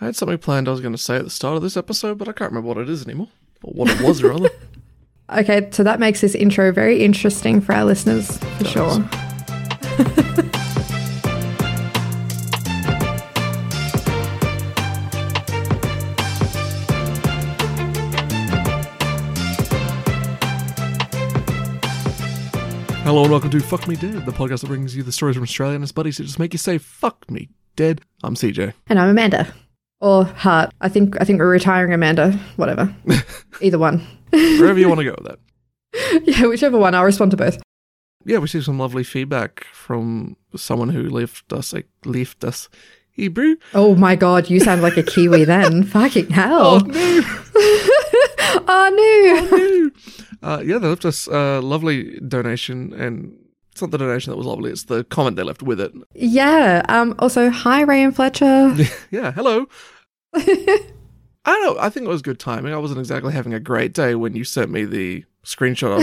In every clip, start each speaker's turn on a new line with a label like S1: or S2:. S1: I had something planned I was going to say at the start of this episode, but I can't remember what it is anymore. Or what it was, rather.
S2: Okay, so that makes this intro very interesting for our listeners, for sure.
S1: Hello and welcome to Fuck Me Dead, the podcast that brings you the stories from Australia and its buddies that just make you say, Fuck Me Dead. I'm CJ.
S2: And I'm Amanda, or Hart. I think I think we're retiring Amanda. Whatever, either one.
S1: Wherever you want to go with that.
S2: yeah, whichever one. I'll respond to both.
S1: Yeah, we received some lovely feedback from someone who left us, like, left us Hebrew.
S2: Oh my god, you sound like a Kiwi then. Fucking
S1: Oh,
S2: hell.
S1: no.
S2: Oh no.
S1: Uh, yeah, they left us a lovely donation, and it's not the donation that was lovely, it's the comment they left with it.
S2: Yeah. Um. Also, hi Ray and Fletcher.
S1: yeah, hello. I don't know. I think it was good timing. I wasn't exactly having a great day when you sent me the screenshot of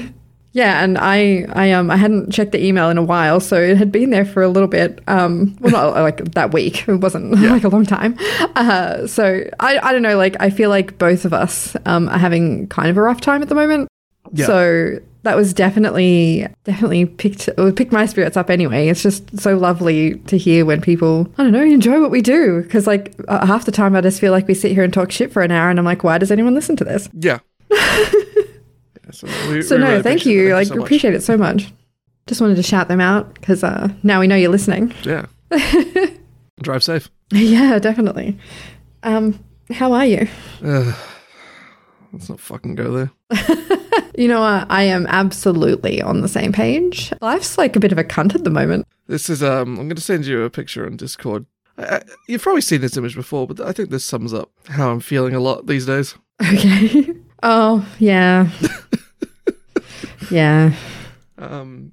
S1: it.
S2: Yeah, and I, I um, I hadn't checked the email in a while, so it had been there for a little bit. Um, well, not like that week. It wasn't like a long time. Uh, so I, I don't know. Like, I feel like both of us um are having kind of a rough time at the moment.
S1: Yeah.
S2: So that was definitely, definitely picked it picked my spirits up. Anyway, it's just so lovely to hear when people, I don't know, enjoy what we do. Because like uh, half the time, I just feel like we sit here and talk shit for an hour, and I'm like, why does anyone listen to this?
S1: Yeah. Yeah, so we-
S2: So
S1: we
S2: no,
S1: really
S2: thank
S1: appreciate
S2: you.
S1: it.
S2: Like
S1: Thank you so much.
S2: appreciate it so much. Just wanted to shout them out because uh, now we know you're listening.
S1: Yeah. Drive safe.
S2: yeah, definitely. Um, how are you?
S1: Ugh. let's not fucking go there.
S2: You know, uh, I am absolutely on the same page. Life's like a bit of a cunt at the moment.
S1: This is um. I'm going to send you a picture on Discord. I, I, you've probably seen this image before, but I think this sums up how I'm feeling a lot these days.
S2: Okay. oh yeah. yeah.
S1: Um,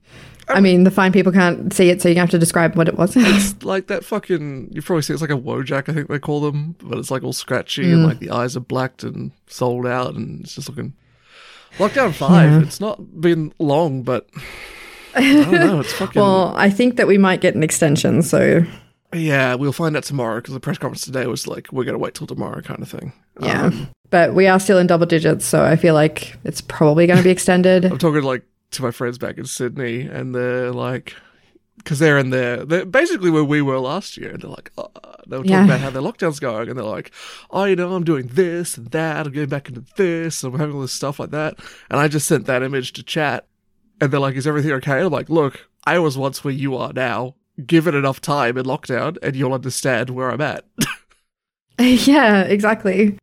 S2: I mean, the fine people can't see it, so you have to describe what it was.
S1: it's like that fucking. You've probably seen it's like a Wojak, I think they call them, but it's like all scratchy and
S2: Mm.
S1: like the eyes are blacked and sold out, and it's just looking. Lockdown five.
S2: Yeah.
S1: It's not been long, but I don't know. It's fucking.
S2: well, I think that we might get an extension. So
S1: Yeah, we'll find out tomorrow because the press conference today was like, we're going to wait till tomorrow kind of thing.
S2: yeah.
S1: Um,
S2: but we are still in double digits, so I feel like it's probably going to be extended.
S1: I'm talking like to my friends back in Sydney and they're like, because they're in there, they're basically where we were last year. And they're like, uh they were talking
S2: Yeah.
S1: about how their lockdown's going. And they're like, oh, you know, I'm doing this and that. I'm going back into this. I'm having all this stuff like that. And I just sent that image to chat. And they're like, is everything okay? I'm like, look, I was once where you are now. Give it enough time in lockdown and you'll understand where I'm at.
S2: Yeah, exactly.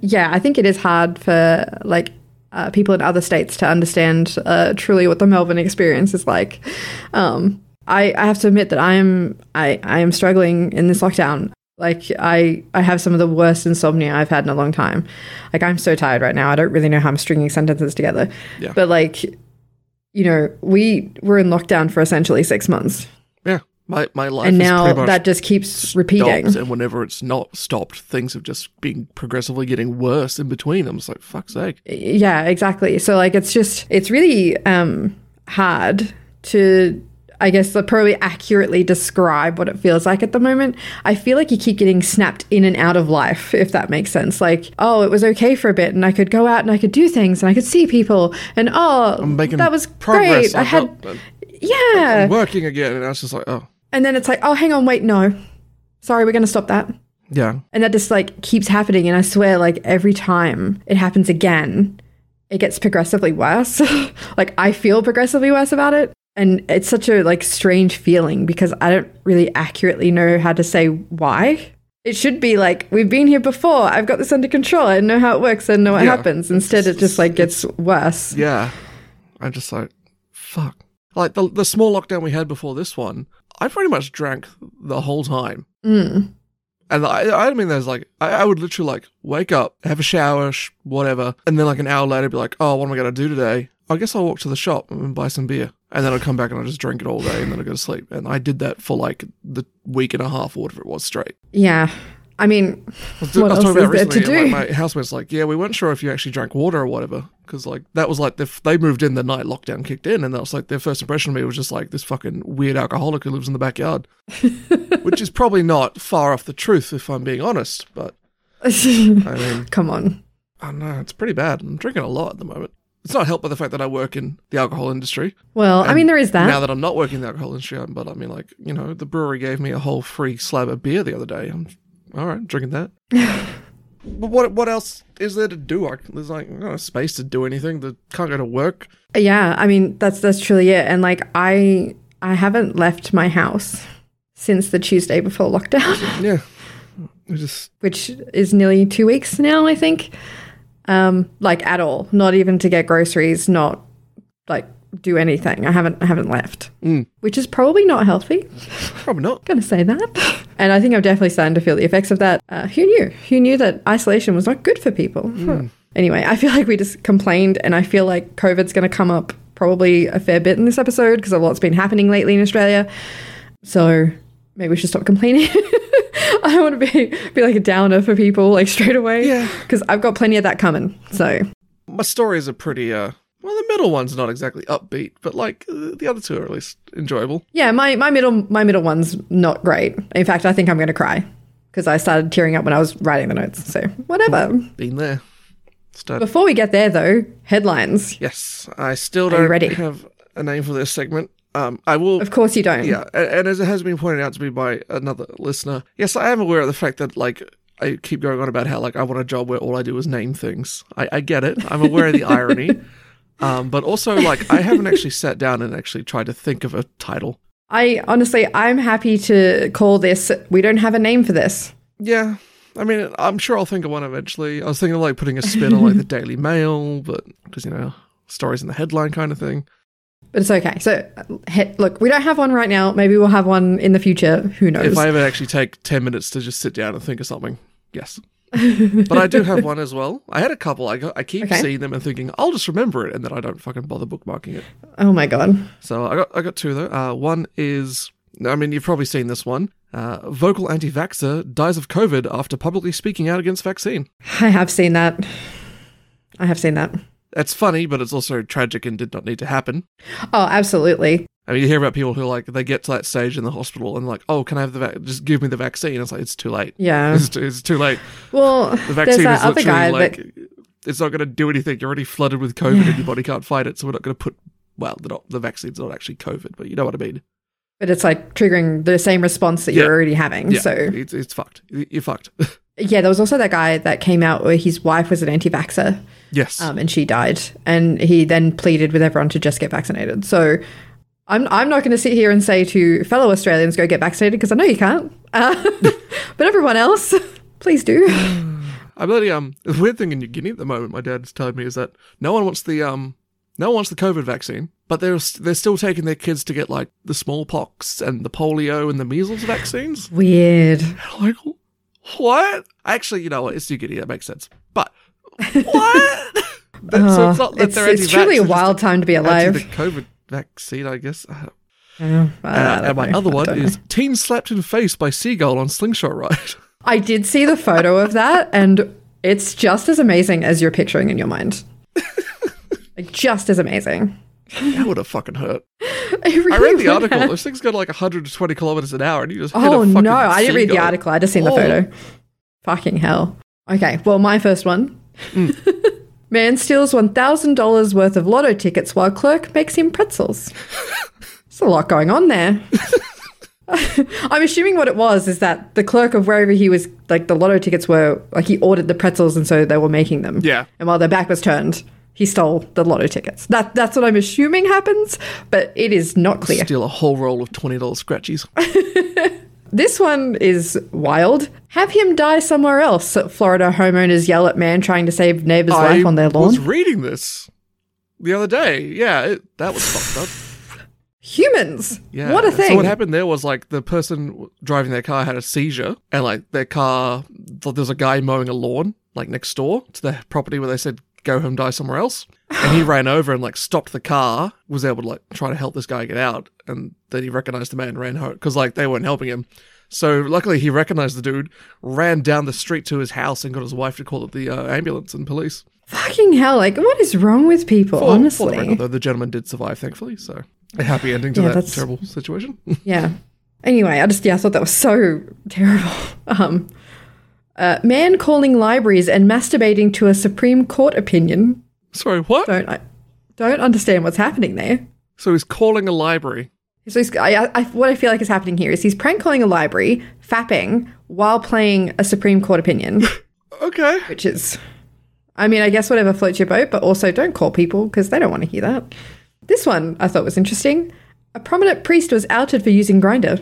S2: Yeah, I think it is hard for like uh, people in other states to understand uh, truly what the Melbourne experience is like. Um, I, I have to admit that I am I, I am struggling in this lockdown. Like I I have some of the worst insomnia I've had in a long time. Like I'm so tired right now. I don't really know how I'm stringing sentences together.
S1: Yeah.
S2: But like, you know, we were in lockdown for essentially six months,
S1: yeah. My, my life
S2: and
S1: is
S2: now
S1: pretty much
S2: that just keeps repeating.
S1: stops, and whenever it's not stopped, things have just been progressively getting worse in between. I'm just like, fuck's sake.
S2: yeah exactly so like it's just it's really um hard to i guess like, probably accurately describe what it feels like at the moment i feel like you keep getting snapped in and out of life if that makes sense like oh it was okay for a bit and i could go out and i could do things and i could see people and oh
S1: I'm making
S2: that was
S1: progress.
S2: great i
S1: I've
S2: had
S1: got-
S2: yeah
S1: I'm working again, and I was just like, oh,
S2: and then it's like oh hang on wait no sorry we're going to stop that
S1: yeah,
S2: and that just like keeps happening and i swear like every time it happens again it gets progressively worse like i feel progressively worse about it and it's such a like strange feeling because i don't really accurately know how to say why it should be like we've been here before i've got this under control i know how it works i know what
S1: Yeah.
S2: happens instead it just like gets worse
S1: yeah. I'm just like, fuck. Like the the small lockdown we had before this one, I pretty much drank the whole time.
S2: mm.
S1: And I, I mean, there's like, I, I would literally like wake up, have a shower, sh- whatever, and then like an hour later be like, oh, what am I going to do today? I guess I'll walk to the shop and buy some beer. And then I'd come back and I'd just drink it all day and then I'd go to sleep. And I did that for like the week and a half or whatever it was straight.
S2: yeah i mean
S1: I was, I
S2: What
S1: was
S2: else
S1: talking about
S2: is there
S1: recently,
S2: to
S1: and, like, my housemate's like, yeah, we weren't sure if you actually drank water or whatever. 'Cause because like that was like the f- they moved in the night lockdown kicked in, and that was like their first impression of me was just like this fucking weird alcoholic who lives in the backyard, which is probably not far off the truth if I'm being honest. But I mean,
S2: Come on.
S1: I don't know it's pretty bad. I'm drinking a lot at the moment. It's not helped by the fact that I work in the alcohol industry.
S2: Well, I
S1: And
S2: mean, there is that.
S1: Now that I'm not working in the alcohol industry, I'm- but I mean, like you know, the brewery gave me a whole free slab of beer the other day. I'm all right, drinking that. but what what else is there to do? I, there's like no space to do anything. The, can't go to work.
S2: yeah, I mean, that's that's truly it. And like, I I haven't left my house since the Tuesday before lockdown,
S1: Yeah, I just
S2: which is nearly two weeks now, I think. Um, like at all, not even to get groceries, not like do anything. I haven't I haven't left, which is probably not healthy.
S1: probably not.
S2: gonna say that. And I think I'm definitely starting to feel the effects of that. Uh, who knew? Who knew that isolation was not good for people? Huh. Anyway, I feel like we just complained, and I feel like COVID's gonna come up probably a fair bit in this episode because a lot's been happening lately in Australia. So maybe we should stop complaining. I want to be be like a downer for people like straight away.
S1: Yeah.
S2: because I've got plenty of that coming. So
S1: My stories are pretty. uh Well, the middle one's not exactly upbeat, but like uh, the other two are at least enjoyable.
S2: yeah, my my middle my middle one's not great. In fact, I think I'm gonna cry because I started tearing up when I was writing the notes. So whatever.
S1: Been there. Start.
S2: Before we get there, though, headlines.
S1: Yes, I still
S2: you
S1: don't
S2: ready?
S1: have a name for this segment. Um, I will.
S2: Of course, you don't.
S1: Yeah, a- and as it has been pointed out to me by another listener, yes, I am aware of the fact that like I keep going on about how like I want a job where all I do is name things. I, I get it. I'm aware of the irony, um, but also like I haven't actually sat down and actually tried to think of a title.
S2: I honestly, I'm happy to call this. We don't have a name for this.
S1: Yeah, I mean, I'm sure I'll think of one eventually. I was thinking of like putting a spin on like the Daily Mail, but because you know stories in the headline kind of thing.
S2: But it's okay. So, he- look, we don't have one right now. Maybe we'll have one in the future. Who knows?
S1: If I ever actually take 10 minutes to just sit down and think of something, yes. but I do have one as well. I had a couple. I, got, I keep
S2: Okay.
S1: seeing them and thinking, I'll just remember it, and then I don't fucking bother bookmarking it.
S2: oh my god!
S1: So I got, I got two, though. Uh, one is, I mean, you've probably seen this one. Uh, vocal anti vaxxer dies of COVID after publicly speaking out against vaccine.
S2: I have seen that. I have seen that.
S1: That's funny, but it's also tragic and did not need to happen.
S2: Oh, absolutely.
S1: I mean, you hear about people who, like, they get to that stage in the hospital and, like, oh, can I have the vaccine? Just give me the vaccine. It's like, it's too late.
S2: Yeah.
S1: It's too, it's too late.
S2: Well,
S1: The
S2: there's
S1: vaccine
S2: that
S1: is
S2: other
S1: literally
S2: guy
S1: like
S2: that.
S1: it's not going to do anything. You're already flooded with COVID,
S2: Yeah.
S1: and your body can't fight it. So we're not going to put. Well, they're not, the vaccine's not actually COVID, but you know what I mean.
S2: But it's like triggering the same response that
S1: Yeah.
S2: you're already having. So
S1: it's it's fucked. Y- You're fucked.
S2: yeah, there was also that guy that came out where his wife was an anti-vaxxer.
S1: yes,
S2: um, and she died. And he then pleaded with everyone to just get vaccinated. So I'm, I'm not going to sit here and say to fellow Australians, go get vaccinated, because I know you can't. Uh, but everyone else, please do.
S1: I bloody um. The weird thing in New Guinea at the moment, my dad's telling me is that no one wants the um. No one wants the COVID vaccine, but they're s- they're still taking their kids to get like the smallpox and the polio and the measles vaccines.
S2: Weird.
S1: Like, what? Actually, you know what? It's New Guinea. That makes sense. But what? That- so it's not that
S2: Uh, it's
S1: they're
S2: it's truly a
S1: anti-vax,
S2: wild time to be
S1: anti-
S2: alive.
S1: the COVID vaccine, I guess. Uh,
S2: Yeah, I
S1: and,
S2: don't
S1: and my
S2: know.
S1: other
S2: I
S1: one
S2: Uh, don't know.
S1: is teen slapped in face by seagull on slingshot ride.
S2: I did see the photo of that, and it's just as amazing as you're picturing in your mind. like, just as amazing.
S1: that would have fucking hurt.
S2: It really
S1: I read the
S2: would
S1: article.
S2: have.
S1: Those things go like 120 kilometers an hour, and you just hit a
S2: Oh
S1: fucking
S2: no, I didn't read the
S1: seagull.
S2: article. I just seen
S1: Oh.
S2: the photo. Fucking hell. Okay, well, my first one.
S1: Mm.
S2: Man steals one thousand dollars worth of lotto tickets while clerk makes him pretzels. There's a lot going on there. I'm assuming what it was is that the clerk of wherever he was, like the lotto tickets were, like he ordered the pretzels, and so they were making them.
S1: Yeah.
S2: And while their back was turned, he stole the lotto tickets. That that's what I'm assuming happens, but it is not clear.
S1: Steal a whole roll of twenty dollars scratchies.
S2: This one is wild. Have him die somewhere else. Florida homeowners yell at man trying to save neighbor's life on their lawn.
S1: was reading this the other day. Yeah, it, that was fucked up.
S2: Humans.
S1: Yeah.
S2: What a
S1: So
S2: thing.
S1: what happened there was like the person w- driving their car had a seizure, and like their car, th- there was a guy mowing a lawn like next door to the property where they said go home, die somewhere else, and he ran over and like stopped the car, was able to like try to help this guy get out, and then he recognized the man and ran home because like they weren't helping him. So luckily he recognized the dude, ran down the street to his house, and got his wife to call the uh, ambulance and police.
S2: Fucking hell! Like, what is wrong with people?
S1: For- for the
S2: honestly,
S1: record, though, the gentleman did survive, thankfully, so a happy ending to
S2: Yeah,
S1: that
S2: that's-
S1: terrible situation.
S2: yeah. Anyway, I just yeah, I thought that was so terrible. Um, uh, man calling libraries and masturbating to a Supreme Court opinion.
S1: Sorry, what?
S2: Don't I don't understand what's happening there.
S1: So he's calling a library.
S2: So he's, I, I, what I feel like is happening here is he's prank calling a library, fapping while playing a Supreme Court opinion,
S1: Okay.
S2: which is, I mean, I guess whatever floats your boat, but also don't call people because they don't want to hear that. This one I thought was interesting. A prominent priest was outed for using Grinder.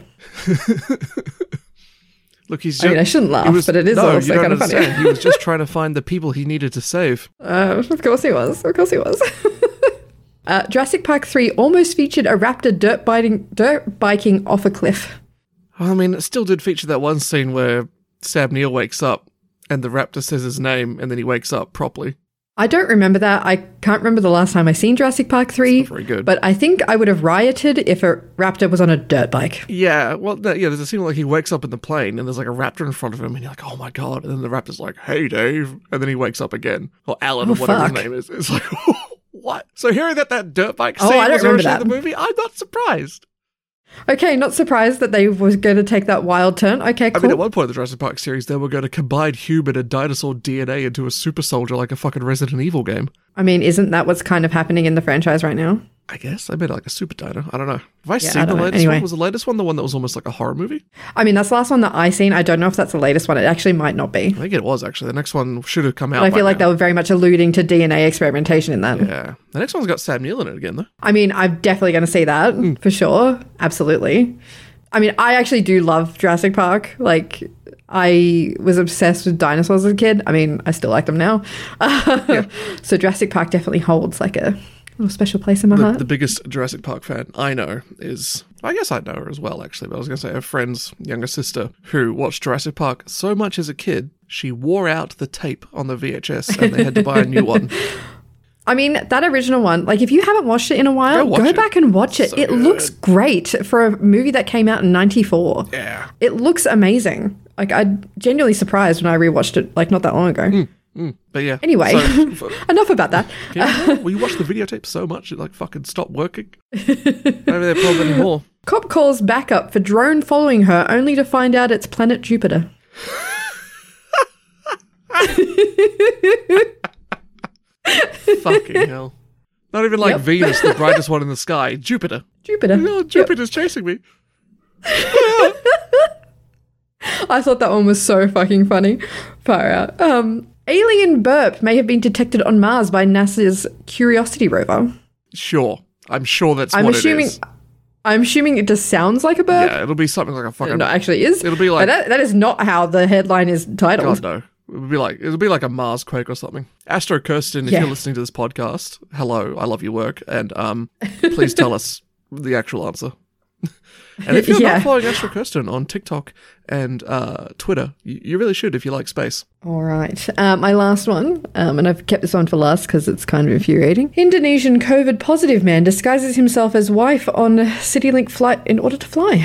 S1: Look, he's.
S2: I
S1: Just,
S2: mean, I shouldn't laugh,
S1: he was-
S2: but it is
S1: no,
S2: also
S1: you don't
S2: kind of funny.
S1: understand. he was just trying to find the people he needed to save.
S2: Uh, of course he was. Of course he was. uh, Jurassic Park 3 almost featured a raptor dirt, biting, dirt biking off a cliff.
S1: I mean, it still did feature that one scene where Sam Neill wakes up and the raptor says his name, and then he wakes up properly.
S2: I don't remember that. I can't remember the last time I seen Jurassic Park 3.
S1: Very good.
S2: But I think I would have rioted if a raptor was on a dirt bike.
S1: Yeah, well, no, yeah. There's a scene like he wakes up in the plane, and there's like a raptor in front of him, and you're like, "Oh my god!" And then the raptor's like, "Hey, Dave," and then he wakes up again, or Alan, or
S2: Oh,
S1: whatever
S2: fuck.
S1: his name is. It's like, what? So hearing that that dirt bike
S2: Oh,
S1: scene
S2: I don't
S1: was
S2: remember
S1: originally
S2: that.
S1: in the movie, I'm not surprised.
S2: Okay, not surprised that they was going to take that wild turn. Okay,
S1: I
S2: cool.
S1: mean, at one point in the Jurassic Park series, they were going to combine human and dinosaur DNA into a super soldier, like a fucking Resident Evil game.
S2: isn't that what's kind of happening in the franchise right now?
S1: I guess I made like a super dino. I don't know. Have I
S2: I
S1: seen the
S2: don't know.
S1: latest
S2: Anyway.
S1: one? Was the latest one the one that was almost like a horror movie?
S2: I mean, that's the last one that I seen. I don't know if that's the latest one. It actually might not be.
S1: I think it was actually. The next one should have come out.
S2: But I
S1: by
S2: feel like
S1: now.
S2: they were very much alluding to DNA experimentation in that.
S1: Yeah, the next one's got Sam Neill in it again though.
S2: I mean, I'm definitely going to see that
S1: Hmm.
S2: for sure. Absolutely. I mean, I actually do love Jurassic Park. Like, I was obsessed with dinosaurs as a kid. I mean, I still like them now. So Jurassic Park definitely holds like a little special place in my
S1: the,
S2: heart.
S1: the biggest Jurassic Park fan I know is, I guess I know her as well, actually, but I was going to say her friend's younger sister who watched Jurassic Park so much as a kid, she wore out the tape on the VHS and they had to buy a new one.
S2: I mean, that original one, like, if you haven't watched it in a while,
S1: Go
S2: go,
S1: watch it.
S2: back and watch it.
S1: So
S2: it looks great for a movie that came out in 94.
S1: Yeah.
S2: It looks amazing. Like, I genuinely surprised when I rewatched it, like, not that long ago.
S1: Hmm. Mm, But yeah.
S2: Anyway,
S1: So, f-
S2: enough about that.
S1: yeah, well, you watch the videotape so much, it like fucking stopped working. Over their problem anymore.
S2: Cop calls backup for drone following her only to find out it's planet Jupiter.
S1: fucking hell. Not even like Venus, the brightest one in the sky, Jupiter.
S2: Jupiter.
S1: Oh, Jupiter's chasing me.
S2: I thought that one was so fucking funny. Far out. Um, alien burp may have been detected on Mars by NASA's Curiosity rover.
S1: Sure. I'm sure that's
S2: I'm
S1: what
S2: assuming.
S1: it is.
S2: I'm assuming it just sounds like a burp.
S1: Yeah, it'll be something like a fucking
S2: It not actually is.
S1: It'll be like-
S2: But that, that is not how the headline is titled.
S1: God no. It would be like it would be like a Mars quake or something. Astro Kirsten, if
S2: Yeah.
S1: you're listening to this podcast, hello, I love your work, and um, please tell us the actual answer. and if you're
S2: Yeah.
S1: not following Astro Kirsten on TikTok and uh, Twitter, you, you really should if you like space.
S2: All right. Uh, my last one, um, and I've kept this one for last because it's kind of infuriating. Indonesian COVID positive man disguises himself as wife on CityLink flight in order to fly.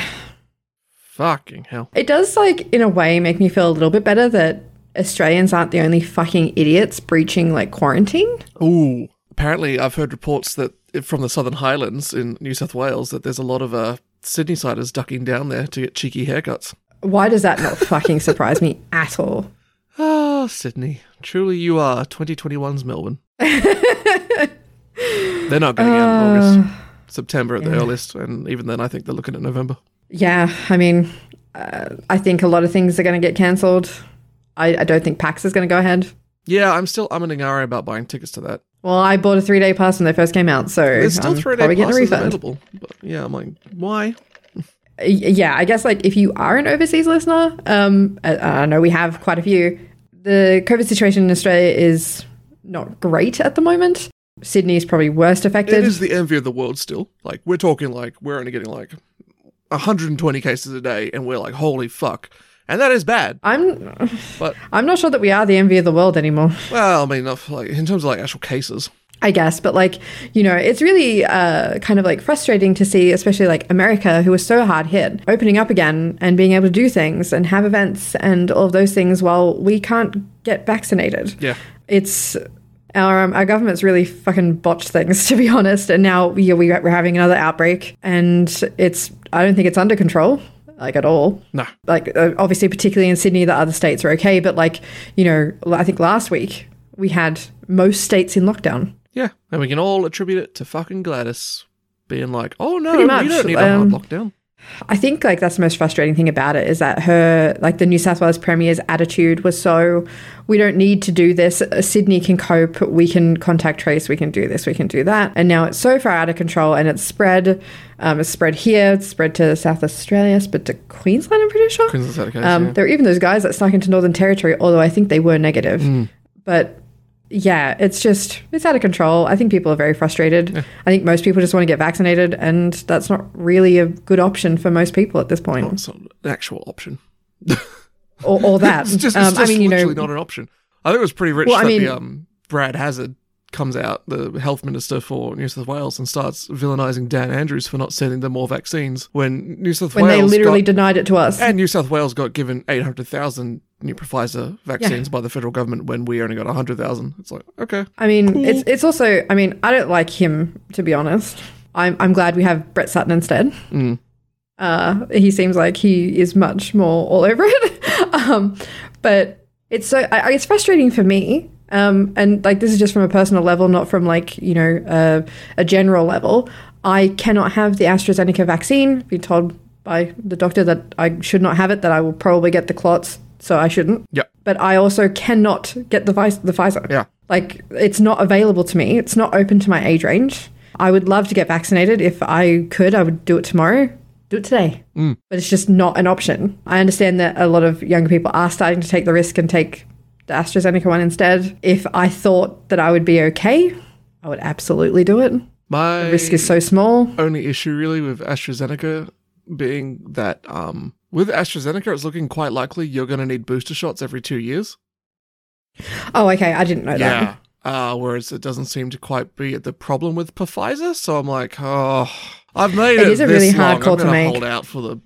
S1: Fucking hell!
S2: It does, like, in a way, make me feel a little bit better that Australians aren't the only fucking idiots breaching, like, quarantine.
S1: Ooh. Apparently, I've heard reports that from the Southern Highlands in New South Wales that there's a lot of uh, Sydney siders ducking down there to get cheeky haircuts.
S2: Why does that not fucking surprise me at all?
S1: Ah, Sydney, truly you are 2021's Melbourne. they're not going out in
S2: Ah.
S1: August, September at the earliest, and even then, I think they're looking at November.
S2: Yeah, I mean, uh, I think a lot of things are going to get cancelled. I, I don't think PAX is going to go ahead.
S1: Yeah, I'm still I'm an Ngara about buying tickets to that.
S2: Well, I bought a three day pass when they first came out, so
S1: There's still
S2: I'm
S1: three day
S2: probably getting a
S1: passes
S2: refund.
S1: available, but yeah, I'm like, why?
S2: Y- yeah, I guess like if you are an overseas listener, um, I, I know we have quite a few. The COVID situation in Australia is not great at the moment. Sydney is probably worst
S1: It
S2: affected.
S1: is the envy of the world still. Like we're talking like we're only getting like 120 cases a day, and we're like, holy fuck, and that is bad.
S2: I'm,
S1: But-
S2: I'm not sure that we are the envy of the world anymore.
S1: Well, I mean, not for, like in terms of like actual cases.
S2: I guess, but like, you know, it's really uh, kind of like frustrating to see, especially like America, who was so hard hit, opening up again and being able to do things and have events and all of those things while we can't get vaccinated.
S1: Yeah.
S2: It's Our, um, our government's really fucking botched things, to be honest. And now yeah, we, we're having another outbreak, and it's I don't think it's under control, like at all.
S1: Nah.
S2: Like uh, obviously, particularly in Sydney, the other states are okay, but like you know, I think last week we had most states in lockdown.
S1: Yeah. And we can all attribute it to fucking Gladys being like, oh no,
S2: Pretty much,
S1: we don't need a hard
S2: um,
S1: lockdown.
S2: I think like that's the most frustrating thing about it is that her like the New South Wales Premier's attitude was so we don't need to do this. Uh, Sydney can cope. We can contact trace. We can do this. We can do that. And now it's so far out of control and it's spread. Um, it's spread here. It's spread to South Australia. It's spread to Queensland. I'm pretty sure.
S1: Queensland's had a case,
S2: Um,
S1: yeah.
S2: There were even those guys that snuck into Northern Territory, although I think they were negative.
S1: Mm.
S2: But yeah, it's just it's out of control. I think people are very frustrated. I think most people just want to get vaccinated, and that's not really a good option for most people at this point,
S1: It's not an actual option.
S2: or, or that.
S1: It's just, it's
S2: um,
S1: just
S2: I mean, you know,
S1: literally not an option. I think it was pretty rich
S2: Well, I
S1: that
S2: mean-
S1: the, um, Brad Hazard comes out, the health minister for New South Wales, and starts villainizing Dan Andrews for not sending them more vaccines when New South
S2: when
S1: Wales
S2: they literally
S1: got,
S2: denied it to us.
S1: and New South Wales got given eight hundred thousand new Pfizer vaccines by the federal government when we only got hundred thousand. It's like okay,
S2: I mean, it's it's also. I mean, I don't like him to be honest. I'm I'm glad we have Brett Sutton instead. Uh, he seems like he is much more all over it. um, but it's so I, I- it's frustrating for me. Um, and like this is just from a personal level, not from like you know uh, a general level. I cannot have the AstraZeneca vaccine. Be told by the doctor that I should not have it. That I will probably get the clots, so I shouldn't.
S1: yeah,
S2: But I also cannot get the, Pfiz- the Pfizer.
S1: yeah,
S2: Like, it's not available to me. It's not open to my age range. I would love to get vaccinated. If I could, I would do it tomorrow, do it today. But it's just not an option. I understand that a lot of younger people are starting to take the risk and take the AstraZeneca one instead. If I thought that I would be okay, I would absolutely do it.
S1: my
S2: Risk is so small.
S1: only issue really with AstraZeneca being that um with AstraZeneca it's looking quite likely you're going to need booster shots every 2 years.
S2: Oh, okay. I didn't know that.
S1: Uh whereas it doesn't seem to quite be the problem with Pfizer, so I'm like, oh, I've made it,
S2: It is a
S1: this
S2: really hard
S1: long,
S2: call
S1: I'm
S2: to
S1: gonna
S2: make.
S1: hold out for the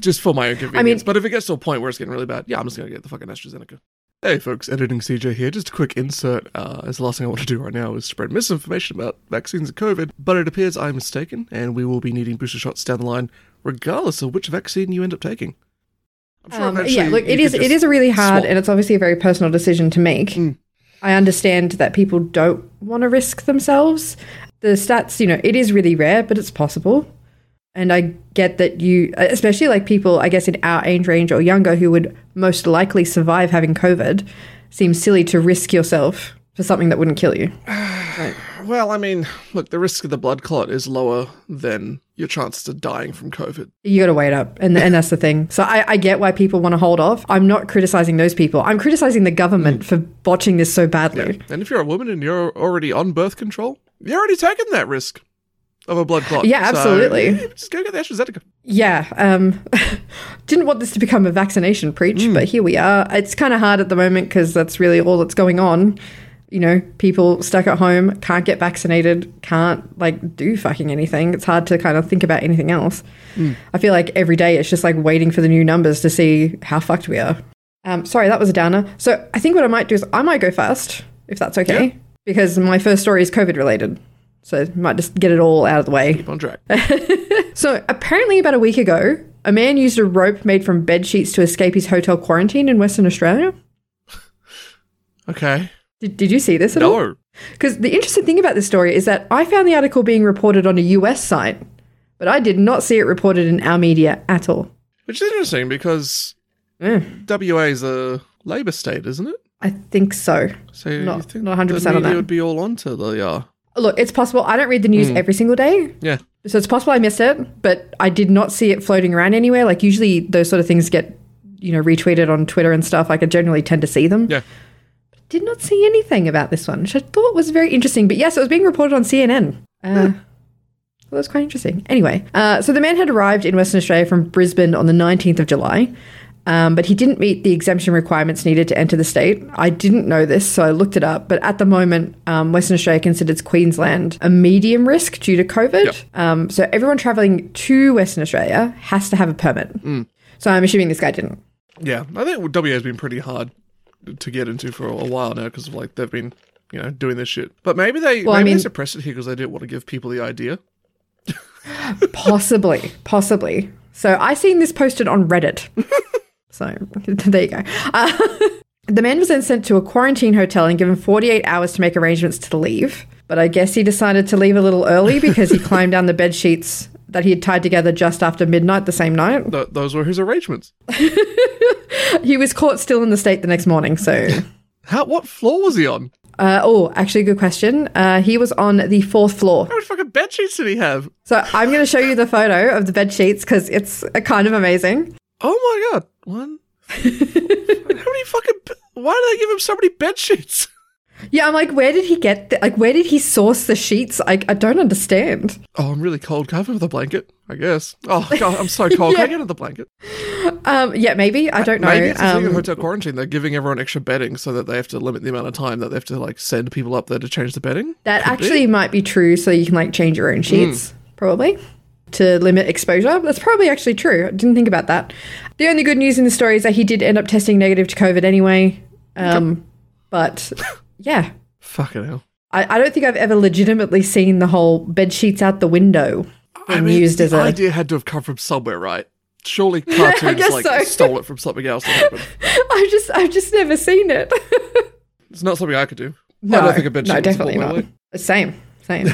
S1: just for my own convenience. but if it gets to a point where it's getting really bad, yeah, I'm just going to get the fucking AstraZeneca. Hey folks, editing CJ here. Just a quick insert. Uh, as the last thing I want to do right now is spread misinformation about vaccines and COVID, but it appears I'm mistaken, and we will be needing booster shots down the line, regardless of which vaccine you end up taking. I'm sure
S2: Um,
S1: eventually
S2: yeah, look,
S1: you
S2: it
S1: could
S2: is it
S1: just
S2: is a really hard,
S1: swap. Mm.
S2: and it's obviously a very personal decision to make. I understand that people don't want to risk themselves. The stats, you know, it is really rare, but it's possible. And I get that you, especially like people, I guess, in our age range or younger who would most likely survive having COVID, seems silly to risk yourself for something that wouldn't kill you.
S1: Well, I mean, look, the risk of the blood clot is lower than your chances of dying from COVID.
S2: You got to wait up, and and that's the thing. So I, I get why people want to hold off. I'm not criticizing those people. I'm criticizing the government
S1: Mm.
S2: for botching this so badly.
S1: And if you're a woman and you're already on birth control, you're already taking that risk of a blood clot.
S2: Yeah,
S1: So,
S2: absolutely.
S1: yeah, just go get the AstraZeneca.
S2: Yeah, um, didn't want this to become a vaccination preach, but here we are. It's kind of hard at the moment because that's really all that's going on. You know, people stuck at home can't get vaccinated, can't like do fucking anything. It's hard to kind of think about anything else. I feel like every day it's just like waiting for the new numbers to see how fucked we are. Um, sorry, that was a downer. So I think what I might do is I might go first, if that's okay, because my first story is COVID related. So I might just get it all out of the way.
S1: Keep on track.
S2: So apparently, about a week ago, a man used a rope made from bed sheets to escape his hotel quarantine in Western Australia.
S1: Okay.
S2: Did, did you see this at all?
S1: No.
S2: Because the interesting thing about this story is that I found the article being reported on a US site, but I did not see it reported in our media at all. Mm,
S1: Which is interesting because WA is a Labour state, isn't it?
S2: I think so.
S1: So you
S2: Not-
S1: think
S2: not 100%
S1: the
S2: on
S1: media
S2: that.
S1: would be all onto the uh,
S2: Look, it's possible. I don't read the news every single day,
S1: yeah.
S2: so it's possible I missed it, but I did not see it floating around anywhere. Like usually, those sort of things get you know retweeted on Twitter and stuff. Like I generally tend to see them.
S1: Yeah.
S2: did not see anything about this one, which I thought was very interesting. But yes, it was being reported on CNN. Uh, well, that's quite interesting. Anyway, uh, so the man had arrived in Western Australia from Brisbane on the 19th of July, um, but he didn't meet the exemption requirements needed to enter the state. I didn't know this, so I looked it up. But at the moment, um, Western Australia considers Queensland a medium risk due to COVID.
S1: Yep.
S2: Um, so everyone travelling to Western Australia has to have a permit. So I'm assuming this guy didn't.
S1: Yeah. I think WA has been pretty hard to get into for a while now because of like they've been you know, doing this shit. But maybe they
S2: Well, I
S1: maybe
S2: mean-
S1: they suppressed it here because they didn't want to give people the idea.
S2: Possibly, possibly. So I seen this posted on Reddit. so there you go. Uh, the man was then sent to a quarantine hotel and given 48 hours to make arrangements to leave. But I guess he decided to leave a little early because he climbed down the bed sheets that he had tied together just after midnight the same night.
S1: Th- those were his arrangements.
S2: He was caught still in the state the next morning. So,
S1: How? What floor was he on?
S2: uh, oh, actually, good question. Uh, he was on the fourth floor.
S1: How many fucking bed sheets did he have?
S2: So I'm going to show you the photo of the bed sheets because it's uh, kind of amazing.
S1: Oh my god! One. How many fucking? be- Why do they give him so many bed sheets?
S2: Yeah, I'm like, where did he get? The, like, where did he source the sheets? I, I don't understand.
S1: Oh, I'm really cold. Can I have another blanket? I guess. Oh god, I'm so cold. Can I get another blanket?
S2: Um, yeah, maybe I don't know.
S1: Maybe it's a thing in
S2: um,
S1: hotel quarantine. They're giving everyone extra bedding so that they have to limit the amount of time that they have to like send people up there to change the bedding. Could
S2: that
S1: be. Hmm.
S2: actually might be true. So you can like change your own sheets, probably to limit exposure. That's probably actually true. I didn't think about that. The only good news in the story is that he did end up testing negative to COVID anyway. Um, but yeah,
S1: Fucking hell.
S2: I, I don't think I've ever legitimately seen the whole bed sheets out the window
S1: I
S2: being
S1: mean,
S2: used
S1: the
S2: as a.
S1: idea had to have come from somewhere, right? Surely cartoons
S2: guess
S1: like
S2: so.
S1: stole it from something else. That happened.
S2: I've just I've just never seen it.
S1: It's not something I could do.
S2: No,
S1: I don't think a bed sheet
S2: no,
S1: would support
S2: definitely
S1: my
S2: not.
S1: leg.
S2: Same, same.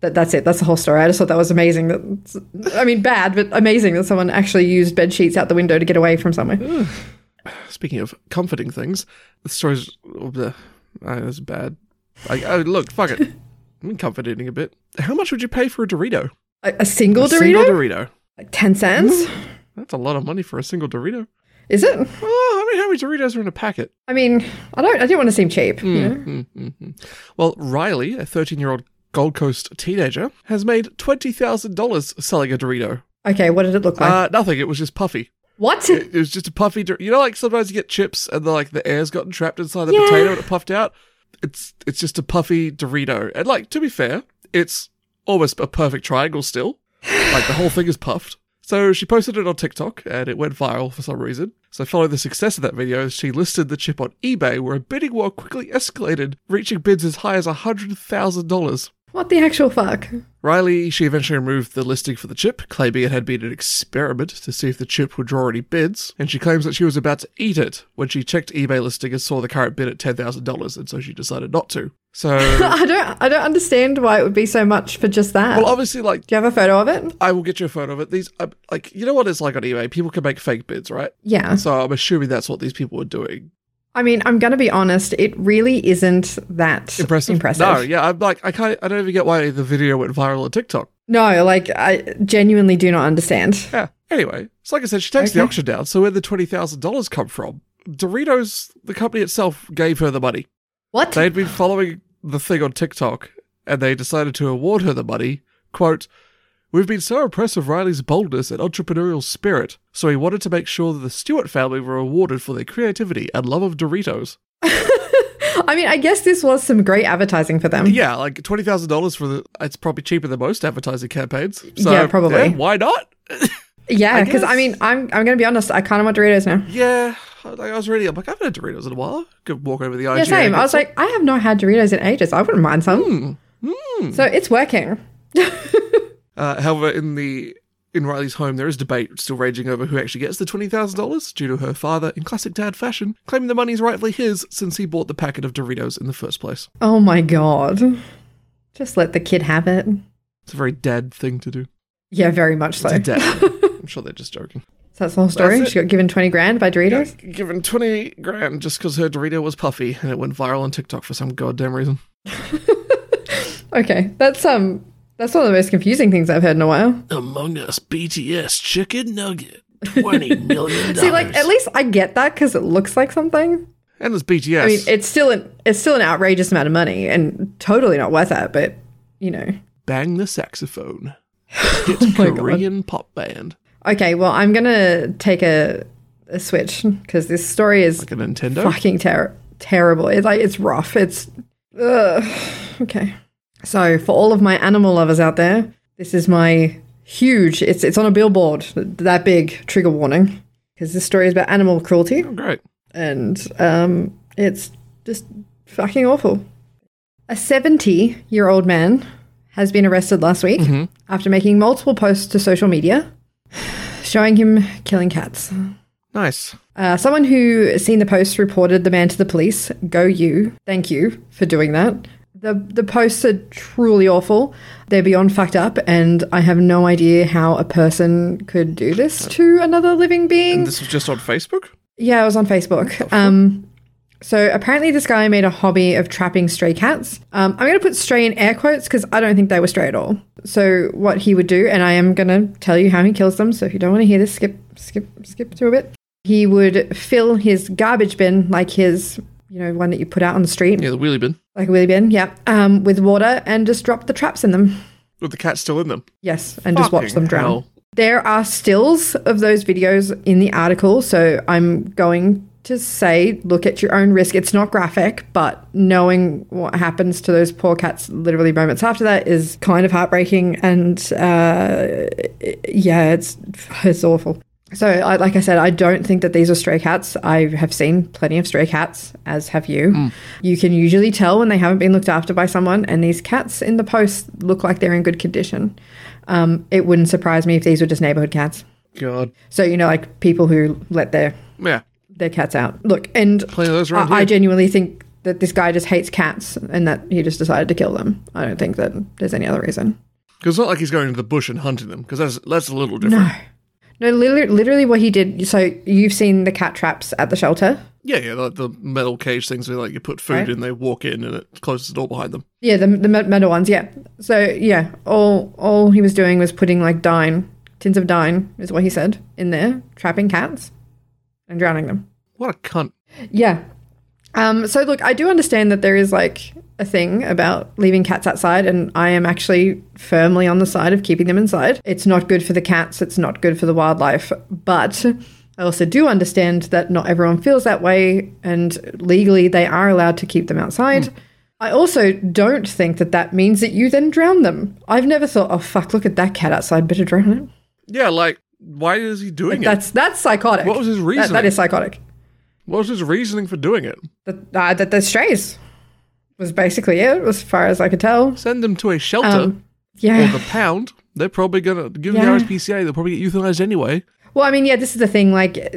S2: that, that's it. That's the whole story. I just thought that was amazing. That I mean, bad, but amazing that someone actually used bed sheets out the window to get away from somewhere.
S1: Speaking of comforting things, the story's oh, bleh. Ah, that's bad. I, I, look, fuck it. I'm comforting a bit. How much would you pay for a Dorito?
S2: A, a single
S1: A
S2: Dorito,
S1: single Dorito.
S2: like ten cents,
S1: That's a lot of money for a single Dorito.
S2: is it?
S1: Oh, I mean, how many Doritos are in a packet?
S2: I mean, I don't. I didn't want to seem cheap. you know?
S1: Hmm. Well, Riley, a 13 year old Gold Coast teenager, has made $20,000 selling a Dorito.
S2: Okay, what did it look like?
S1: Uh, nothing, it was just puffy.
S2: what?
S1: It was just a puffy Dorito. You know, like sometimes you get chips and the, like the air's gotten trapped inside the
S2: Yeah.
S1: potato and it puffed out? It's it's just a puffy Dorito. And like, to be fair, it's almost a perfect triangle still. Like the whole thing is puffed. So she posted it on TikTok and it went viral for some reason. So following the success of that video, she listed the chip on eBay where a bidding war quickly escalated, reaching bids as high as $100,000.
S2: What the actual fuck?
S1: Riley, she eventually removed the listing for the chip, claiming it had been an experiment to see if the chip would draw any bids, and she claims that she was about to eat it when she checked eBay listing and saw the current bid at $10,000, and so she decided not to. So, well,
S2: I don't. I don't understand why it would be so much for just that.
S1: obviously, like,
S2: Do you have a photo of it?
S1: I will get you a photo of it. These, uh, like, you know what it's like on eBay? People can make fake bids, right?
S2: Yeah.
S1: So I'm assuming that's what these people were doing.
S2: I mean, I'm gonna be honest. It really isn't that
S1: Impressive?
S2: Impressive.
S1: No, yeah, I'm like, I can't, I don't even get why the video went viral on TikTok.
S2: No, like I genuinely do not understand.
S1: Yeah. Anyway, so like I said, she takes the
S2: Okay.
S1: auction down. So where did the twenty thousand dollars come from? Doritos, the company itself, gave her the money.
S2: What?
S1: They'd been following the thing on TikTok, and they decided to award her the money. "Quote: We've been so impressed with Riley's boldness and entrepreneurial spirit, so we wanted to make sure that the Stewart family were awarded for their creativity and love of Doritos."
S2: I mean, I guess this was some great advertising for them.
S1: Yeah, like twenty thousand dollars for the. It's probably cheaper than most advertising campaigns. So,
S2: Yeah, probably.
S1: why not?
S2: Yeah, because I,
S1: guess.
S2: mean, I'm I'm gonna be honest. I kind of want Doritos now.
S1: Yeah, like I was really. I'm like, I've had Doritos in a while. Could walk over the IGN.
S2: Yeah, same.
S1: get
S2: I was like, I have not had Doritos in ages. I wouldn't mind some.
S1: Hmm,
S2: So it's working.
S1: Uh, however, in the in Riley's home, there is debate still raging over who actually gets the twenty thousand dollars, due to her father, in classic dad fashion, claiming the money is rightfully his since he bought the packet of Doritos in the first place.
S2: Oh my god! Just let the kid have it.
S1: It's a very dad thing to do.
S2: Yeah, very much so.
S1: A
S2: So
S1: dad. thing. I'm sure they're just joking.
S2: that's the whole story.
S1: That's it.
S2: She got given twenty grand by Doritos.
S1: Given twenty grand just because her Dorito was puffy and it went viral on TikTok for some goddamn reason.
S2: Okay, that's um, that's one of the most confusing things I've heard in a while.
S1: Among Us BTS chicken nugget. Twenty million dollars.
S2: See, like at least I get that because it looks like something.
S1: and it's BTS.
S2: I mean, it's still an it's still an outrageous amount of money and totally not worth it. But you know,
S1: Bang the saxophone. Hit
S2: Oh my God.
S1: Korean pop band.
S2: okay. Well, I'm gonna take a, a switch because this story is
S1: Like a Nintendo.
S2: fucking ter- terrible. It's like it's rough. It's ugh. okay. So for all of my animal lovers out there, this is my huge. It's it's on a billboard that big. Trigger warning because this story is about animal cruelty.
S1: Great.
S2: and um, it's just fucking awful. A 70 year old man has been arrested last week after making multiple posts to social media showing him killing cats.
S1: Nice.
S2: Uh, someone who seen the post reported the man to the police. Go you. Thank you for doing that. The, the posts are truly awful. They're beyond fucked up, and I have no idea how a person could do this to another living being.
S1: This was just on Facebook?
S2: Yeah, it was on Facebook. Um, so apparently, this guy made a hobby of trapping stray cats. Um, I'm going to put stray in air quotes because I don't think they were stray at all. So what he would do, and I am going to tell you how he kills them. So if you don't want to hear this, skip, skip, skip to a bit. He would fill his garbage bin, like his, you know, one that you put out on the street,
S1: Yeah, the wheelie bin.
S2: like a wheelie bin, yeah, um, with water and just drop the traps in them.
S1: With the cat still in them.
S2: Yes, and just watch
S1: Fucking
S2: them drown.
S1: hell.
S2: There are stills of those videos in the article, so I'm going to say look at your own risk. It's not graphic, but knowing what happens to those poor cats literally moments after that is kind of heartbreaking and uh, yeah, it's it's awful. So, I, like I said, I don't think that these are stray cats. I have seen plenty of stray cats, as have you. You can usually tell when they haven't been looked after by someone, and these cats in the post look like they're in good condition. Um, it wouldn't surprise me if these were just neighborhood cats.
S1: God.
S2: So, you know, like people who let their,
S1: Yeah.
S2: their cats out. Look, and
S1: Plenty of those around
S2: I, I
S1: here.
S2: genuinely think that this guy just hates cats and that he just decided to kill them. I don't think that there's any other reason.
S1: Because it's not like he's going into the bush and hunting them, because that's, that's a little different.
S2: No, literally, literally what he did. So, you've seen the cat traps at the shelter.
S1: Yeah, yeah, like the metal cage things where like you put food
S2: Right.
S1: in, they walk in and it closes the door behind them.
S2: Yeah, the the me- metal ones. Yeah. So yeah, all all he was doing was putting like dine tins of dine is what he said in there, trapping cats and drowning them.
S1: What a cunt.
S2: Yeah. Um, so look, I do understand that there is like a thing about leaving cats outside, and I am actually firmly on the side of keeping them inside. It's not good for the cats. It's not good for the wildlife. But I also do understand that not everyone feels that way, and legally they are allowed to keep them outside.
S1: Hmm.
S2: I also don't think that that means that you then drown them. I've never thought, oh fuck, look at that cat outside, better drown it.
S1: Yeah, like, why is he doing it?
S2: That's that's psychotic.
S1: What was his
S2: That-
S1: reasoning?
S2: that is psychotic.
S1: What was his reasoning for doing it?
S2: that uh, that the strays was basically it, as far as I could tell.
S1: Send them to a shelter
S2: Um,
S1: or
S2: yeah.
S1: the pound. They're probably going to give
S2: Yeah.
S1: them the RSPCA. They'll probably get euthanized anyway.
S2: Well, I mean, yeah, this is the thing. Like,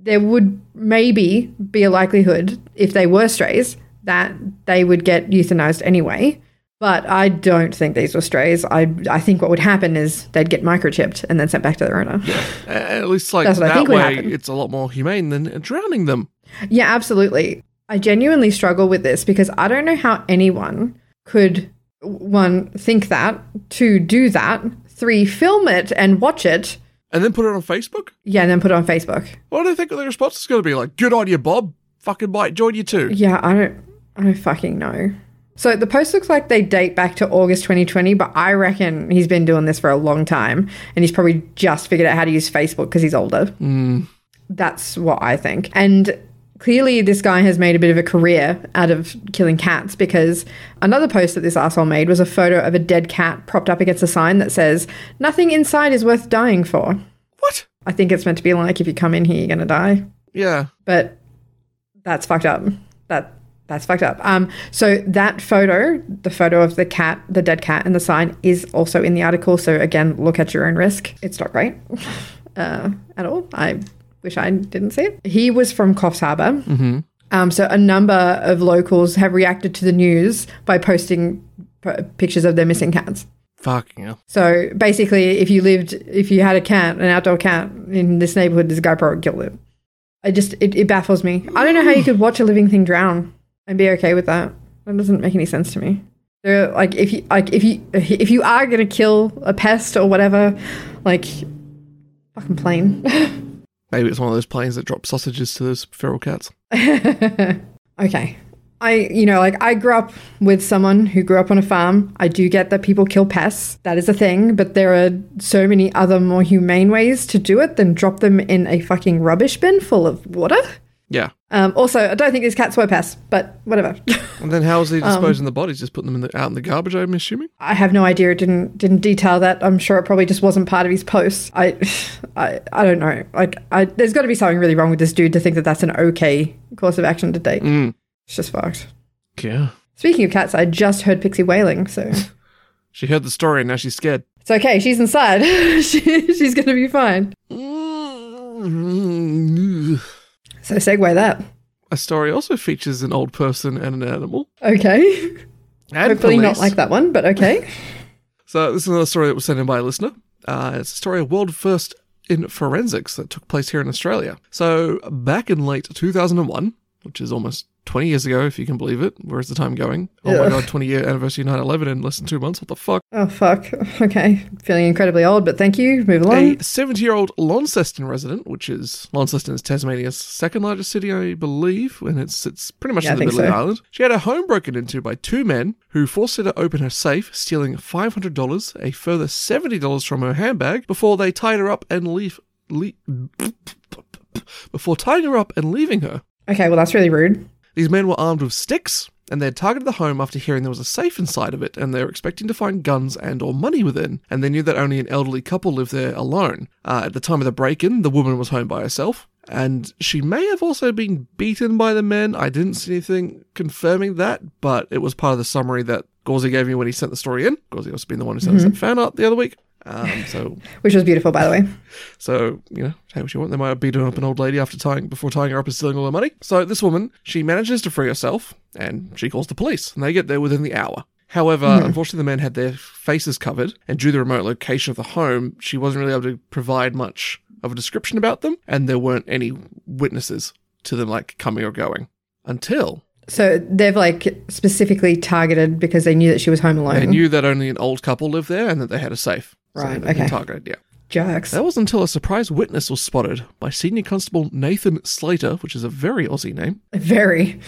S2: there would maybe be a likelihood if they were strays that they would get euthanized anyway. But I don't think these were strays. I I think what would happen is they'd get microchipped and then sent back to their owner. Yeah,
S1: A- At least, like,
S2: That's what I
S1: that
S2: think would
S1: way,
S2: happen.
S1: it's a lot more humane than drowning them.
S2: absolutely. I genuinely struggle with this because I don't know how anyone could one think that, two do that, three film it and watch it,
S1: And then put it on Facebook?
S2: Yeah, and then put it on Facebook.
S1: What do they think the response is going to be? Like, good on you, Bob. Fucking might join you too.
S2: Yeah, I don't I don't fucking know. So the post looks like they date back to August 2020, but I reckon he's been doing this for a long time and he's probably just figured out how to use Facebook because he's older. That's what I think. And clearly this guy has made a bit of a career out of killing cats because another post that this asshole made was a photo of a dead cat propped up against a sign that says, "Nothing inside is worth dying for."
S1: What?
S2: I think it's meant to be like if you come in here you're going to die.
S1: Yeah.
S2: but that's fucked up. That that's fucked up. Um, so that photo, the photo of the cat, the dead cat, and the sign is also in the article. So again, look at your own risk. It's not great uh, at all. I wish I didn't see it. He was from Coffs harbor Um, so a number of locals have reacted to the news by posting p- pictures of their missing cats.
S1: Fucking hell.
S2: So basically, if you lived, if you had a cat, an outdoor cat in this neighborhood, this guy probably killed it. I just, it, it baffles me. I don't know how you could watch a living thing drown and be okay with that. That doesn't make any sense to me. There, like if you like if you if you are gonna kill a pest or whatever, like fucking plane.
S1: Maybe it's one of those planes that drop sausages to those feral cats.
S2: okay. I, you know, like I grew up with someone who grew up on a farm. I do get that people kill pests. That is a thing, but there are so many other more humane ways to do it than drop them in a fucking rubbish bin full of water.
S1: Yeah.
S2: Um, also, I don't think these cats were pests, but whatever.
S1: And then how is
S2: Um,
S1: he disposing the bodies? Just putting them in the, out in the garbage, I'm assuming?
S2: I have no idea. It didn't didn't detail that. I'm sure it probably just wasn't part of his post. I, I, I don't know. Like, I, there's got to be something really wrong with this dude to think that that's an okay course of action to take. It's just fucked.
S1: Yeah.
S2: Speaking of cats, I just heard Pixie wailing, so
S1: She heard the story and now she's scared.
S2: it's okay. She's inside. she, she's going to be fine. So segue that.
S1: A story also features an old person and an animal.
S2: Okay.
S1: And
S2: Hopefully not
S1: police.
S2: like that one, but okay.
S1: So this is another story that was sent in by a listener. Uh, it's a story of world first in forensics that took place here in Australia. So back in late 2001, which is almost 20 years ago, if you can believe it. Where's the time going? Oh my
S2: Ugh.
S1: god, 20 year anniversary of 9/11 in less than two months. What the fuck?
S2: oh, fuck. Okay. Feeling incredibly old, but thank you. Move along.
S1: A 70 year old Launceston resident, which is Launceston is Tasmania's second largest city, I believe, and it's it's pretty much
S2: Yeah,
S1: in the
S2: I think
S1: middle of the
S2: so.
S1: island. She had her home broken into by two men who forced her to open her safe, stealing $500, a further $70 from her handbag, before they tied her up and leave. Le- before tying her up and leaving her.
S2: Okay, well, that's really rude.
S1: These men were armed with sticks, and they had targeted the home after hearing there was a safe inside of it, and they were expecting to find guns and or money within, and they knew that only an elderly couple lived there alone. Uh, at the time of the break-in, the woman was home by herself, and she may have also been beaten by the men. I didn't see anything confirming that, but it was part of the summary that Gauzy gave me when he sent the story in. Gauzy also been the one who sent us that fan art the other week. Um, so
S2: Which was beautiful, by the way.
S1: so, you know, take what you want. They might have beaten up an old lady after tying before tying her up and stealing all her money. So this woman, she manages to free herself and she calls the police and they get there within the hour. However,
S2: Hmm.
S1: unfortunately, the men had their faces covered, and due to the remote location of the home, she wasn't really able to provide much of a description about them, and there weren't any witnesses to them, like coming or going, until
S2: So they've like specifically targeted because they knew that she was home alone.
S1: they knew that only an old couple lived there and that they had a safe.
S2: Hmm. Right,
S1: they
S2: okay.
S1: Targeted, yeah.
S2: Jerks.
S1: That was until a surprise witness was spotted by Senior Constable Nathan Slater, which is a very Aussie name.
S2: Very.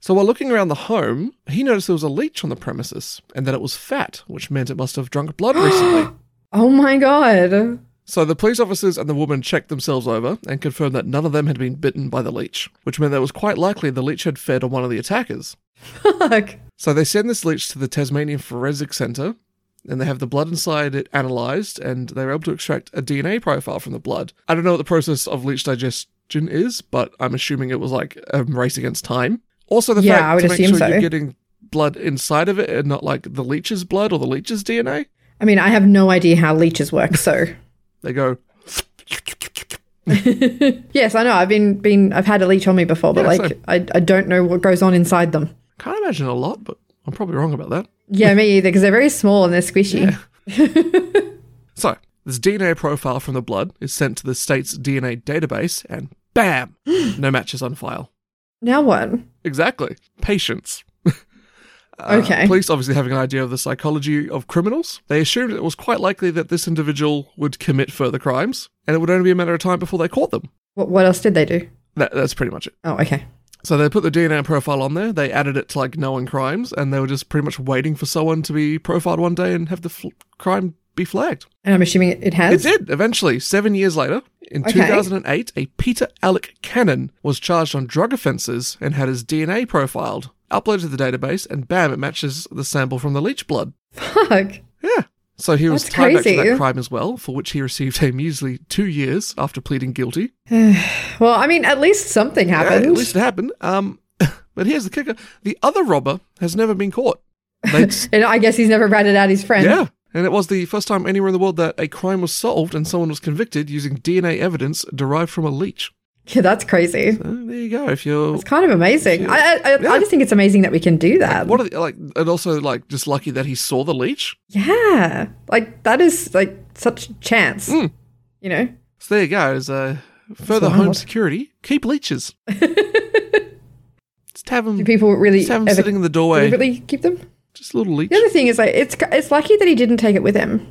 S1: So while looking around the home, he noticed there was a leech on the premises and that it was fat, which meant it must have drunk blood recently.
S2: Oh my god.
S1: So the police officers and the woman checked themselves over and confirmed that none of them had been bitten by the leech, which meant that it was quite likely the leech had fed on one of the attackers.
S2: Fuck.
S1: So they send this leech to the Tasmanian Forensic Centre, and they have the blood inside it analysed, and they were able to extract a DNA profile from the blood. I don't know what the process of leech digestion is, but I'm assuming it was like a race against time. Also, the
S2: Yeah,
S1: fact
S2: I would
S1: to make
S2: assume
S1: sure
S2: so.
S1: you're getting blood inside of it and not like the leech's blood or the leech's DNA.
S2: I mean, I have no idea how leeches work, so
S1: They go,
S2: yes, I know. I've been been I've had a leech on me before, but
S1: Yeah,
S2: like
S1: same.
S2: I, I don't know what goes on inside them.
S1: can't imagine a lot, but I'm probably wrong about that.
S2: Yeah, me either, because they're very small and they're squishy.
S1: So, this DNA profile from the blood is sent to the state's DNA database, and bam, no matches on file.
S2: Now what?
S1: Exactly. Patience. Uh,
S2: Okay.
S1: Police obviously having an idea of the psychology of criminals. They assumed it was quite likely that this individual would commit further crimes, and it would only be a matter of time before they caught them.
S2: What what else did they do?
S1: That, that's pretty much it.
S2: Oh, okay.
S1: So they put the DNA profile on there. They added it to like known crimes, and they were just pretty much waiting for someone to be profiled one day and have the fl- crime be flagged.
S2: And I'm assuming it, it
S1: It
S2: has.
S1: did eventually. Seven years later, in
S2: Okay.
S1: 2008, a Peter Alec Cannon was charged on drug offences and had his DNA profiled, uploaded to the database, and bam, it matches the sample from the leech blood.
S2: Fuck.
S1: Yeah. So he was
S2: That's
S1: tied back to
S2: crazy.
S1: that crime as well, for which he received a measly two years after pleading guilty.
S2: Well, I mean, at least something
S1: Yeah,
S2: happened.
S1: at least it happened. Um, but here's the kicker: the other robber has never been caught. They
S2: and I guess he's never ratted out his friend.
S1: Yeah. And it was the first time anywhere in the world that a crime was solved and someone was convicted using DNA evidence derived from a leech.
S2: Yeah, that's crazy.
S1: Uh, there you go. If you're
S2: It's kind of amazing. I I, I, I just think it's amazing that we can do that.
S1: what are the, like, and also like just lucky that he saw the leech.
S2: Yeah, like that is like such chance.
S1: Hmm.
S2: You know,
S1: So there you go. As uh, further
S2: wild.
S1: home security, keep leeches. just have
S2: do
S1: them.
S2: people really
S1: Just have 'em
S2: ever
S1: sitting in the doorway.
S2: deliberately keep them?
S1: Just a little leech.
S2: The other thing is like it's it's lucky that he didn't take it with him.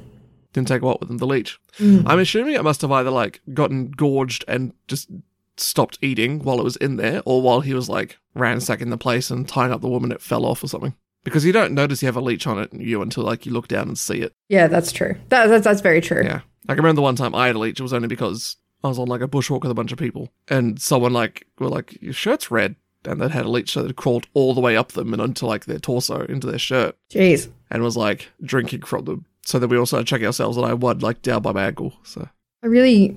S1: Didn't take what with him. The leech. I'm assuming it must have either like gotten gorged and just stopped eating while it was in there, or while he was like ransacking the place and tying up the woman, it fell off or something. Because you don't notice you have a leech on it you until like you look down and see it.
S2: Yeah, that's true. That, that's that's very true.
S1: Yeah. Like I remember the one time I had a leech, it was only because I was on like a bushwalk with a bunch of people and someone like were like, Your shirt's red and they'd had a leech that had crawled all the way up them and onto like their torso, into their shirt
S2: Jeez.
S1: and was like drinking from them. So then we all started checking ourselves and I wad like down by my ankle. So
S2: I really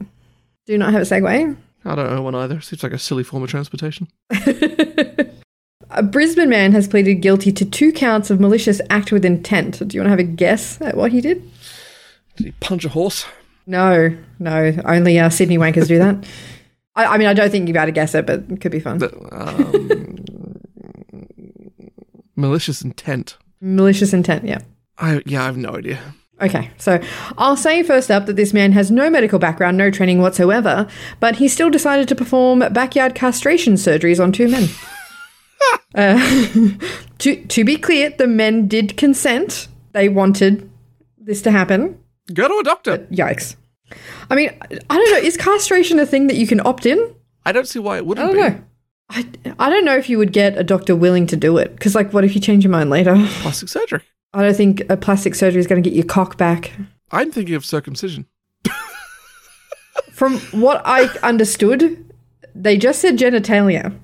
S2: do not have a segue.
S1: I don't own one either. Seems like a silly form of transportation.
S2: I A Brisbane man has pleaded guilty to two counts of malicious act with intent. Do you want to have a guess at what he did?
S1: Did he punch a horse?
S2: No, no. Only uh, Sydney wankers do that. I, I mean, I don't think you'd be able to guess it, but it could be fun.
S1: Um, malicious intent.
S2: malicious intent, yeah.
S1: I yeah, I have no idea.
S2: Okay, so I'll say first up that this man has no medical background, no training whatsoever, but he still decided to perform backyard castration surgeries on two men. uh, to, to be clear, the men did consent. They wanted this to happen.
S1: Go to a doctor.
S2: Yikes. I mean, I don't know. Is castration a thing that you can opt in?
S1: I don't see why it
S2: I
S1: wouldn't
S2: don't
S1: be.
S2: know. I, I don't know if you would get a doctor willing to do it. Because, like, what if you change your mind later?
S1: Plastic surgery.
S2: I don't think a plastic surgery is going to get your cock back.
S1: I'm thinking of circumcision.
S2: From what I understood, they just said genitalia.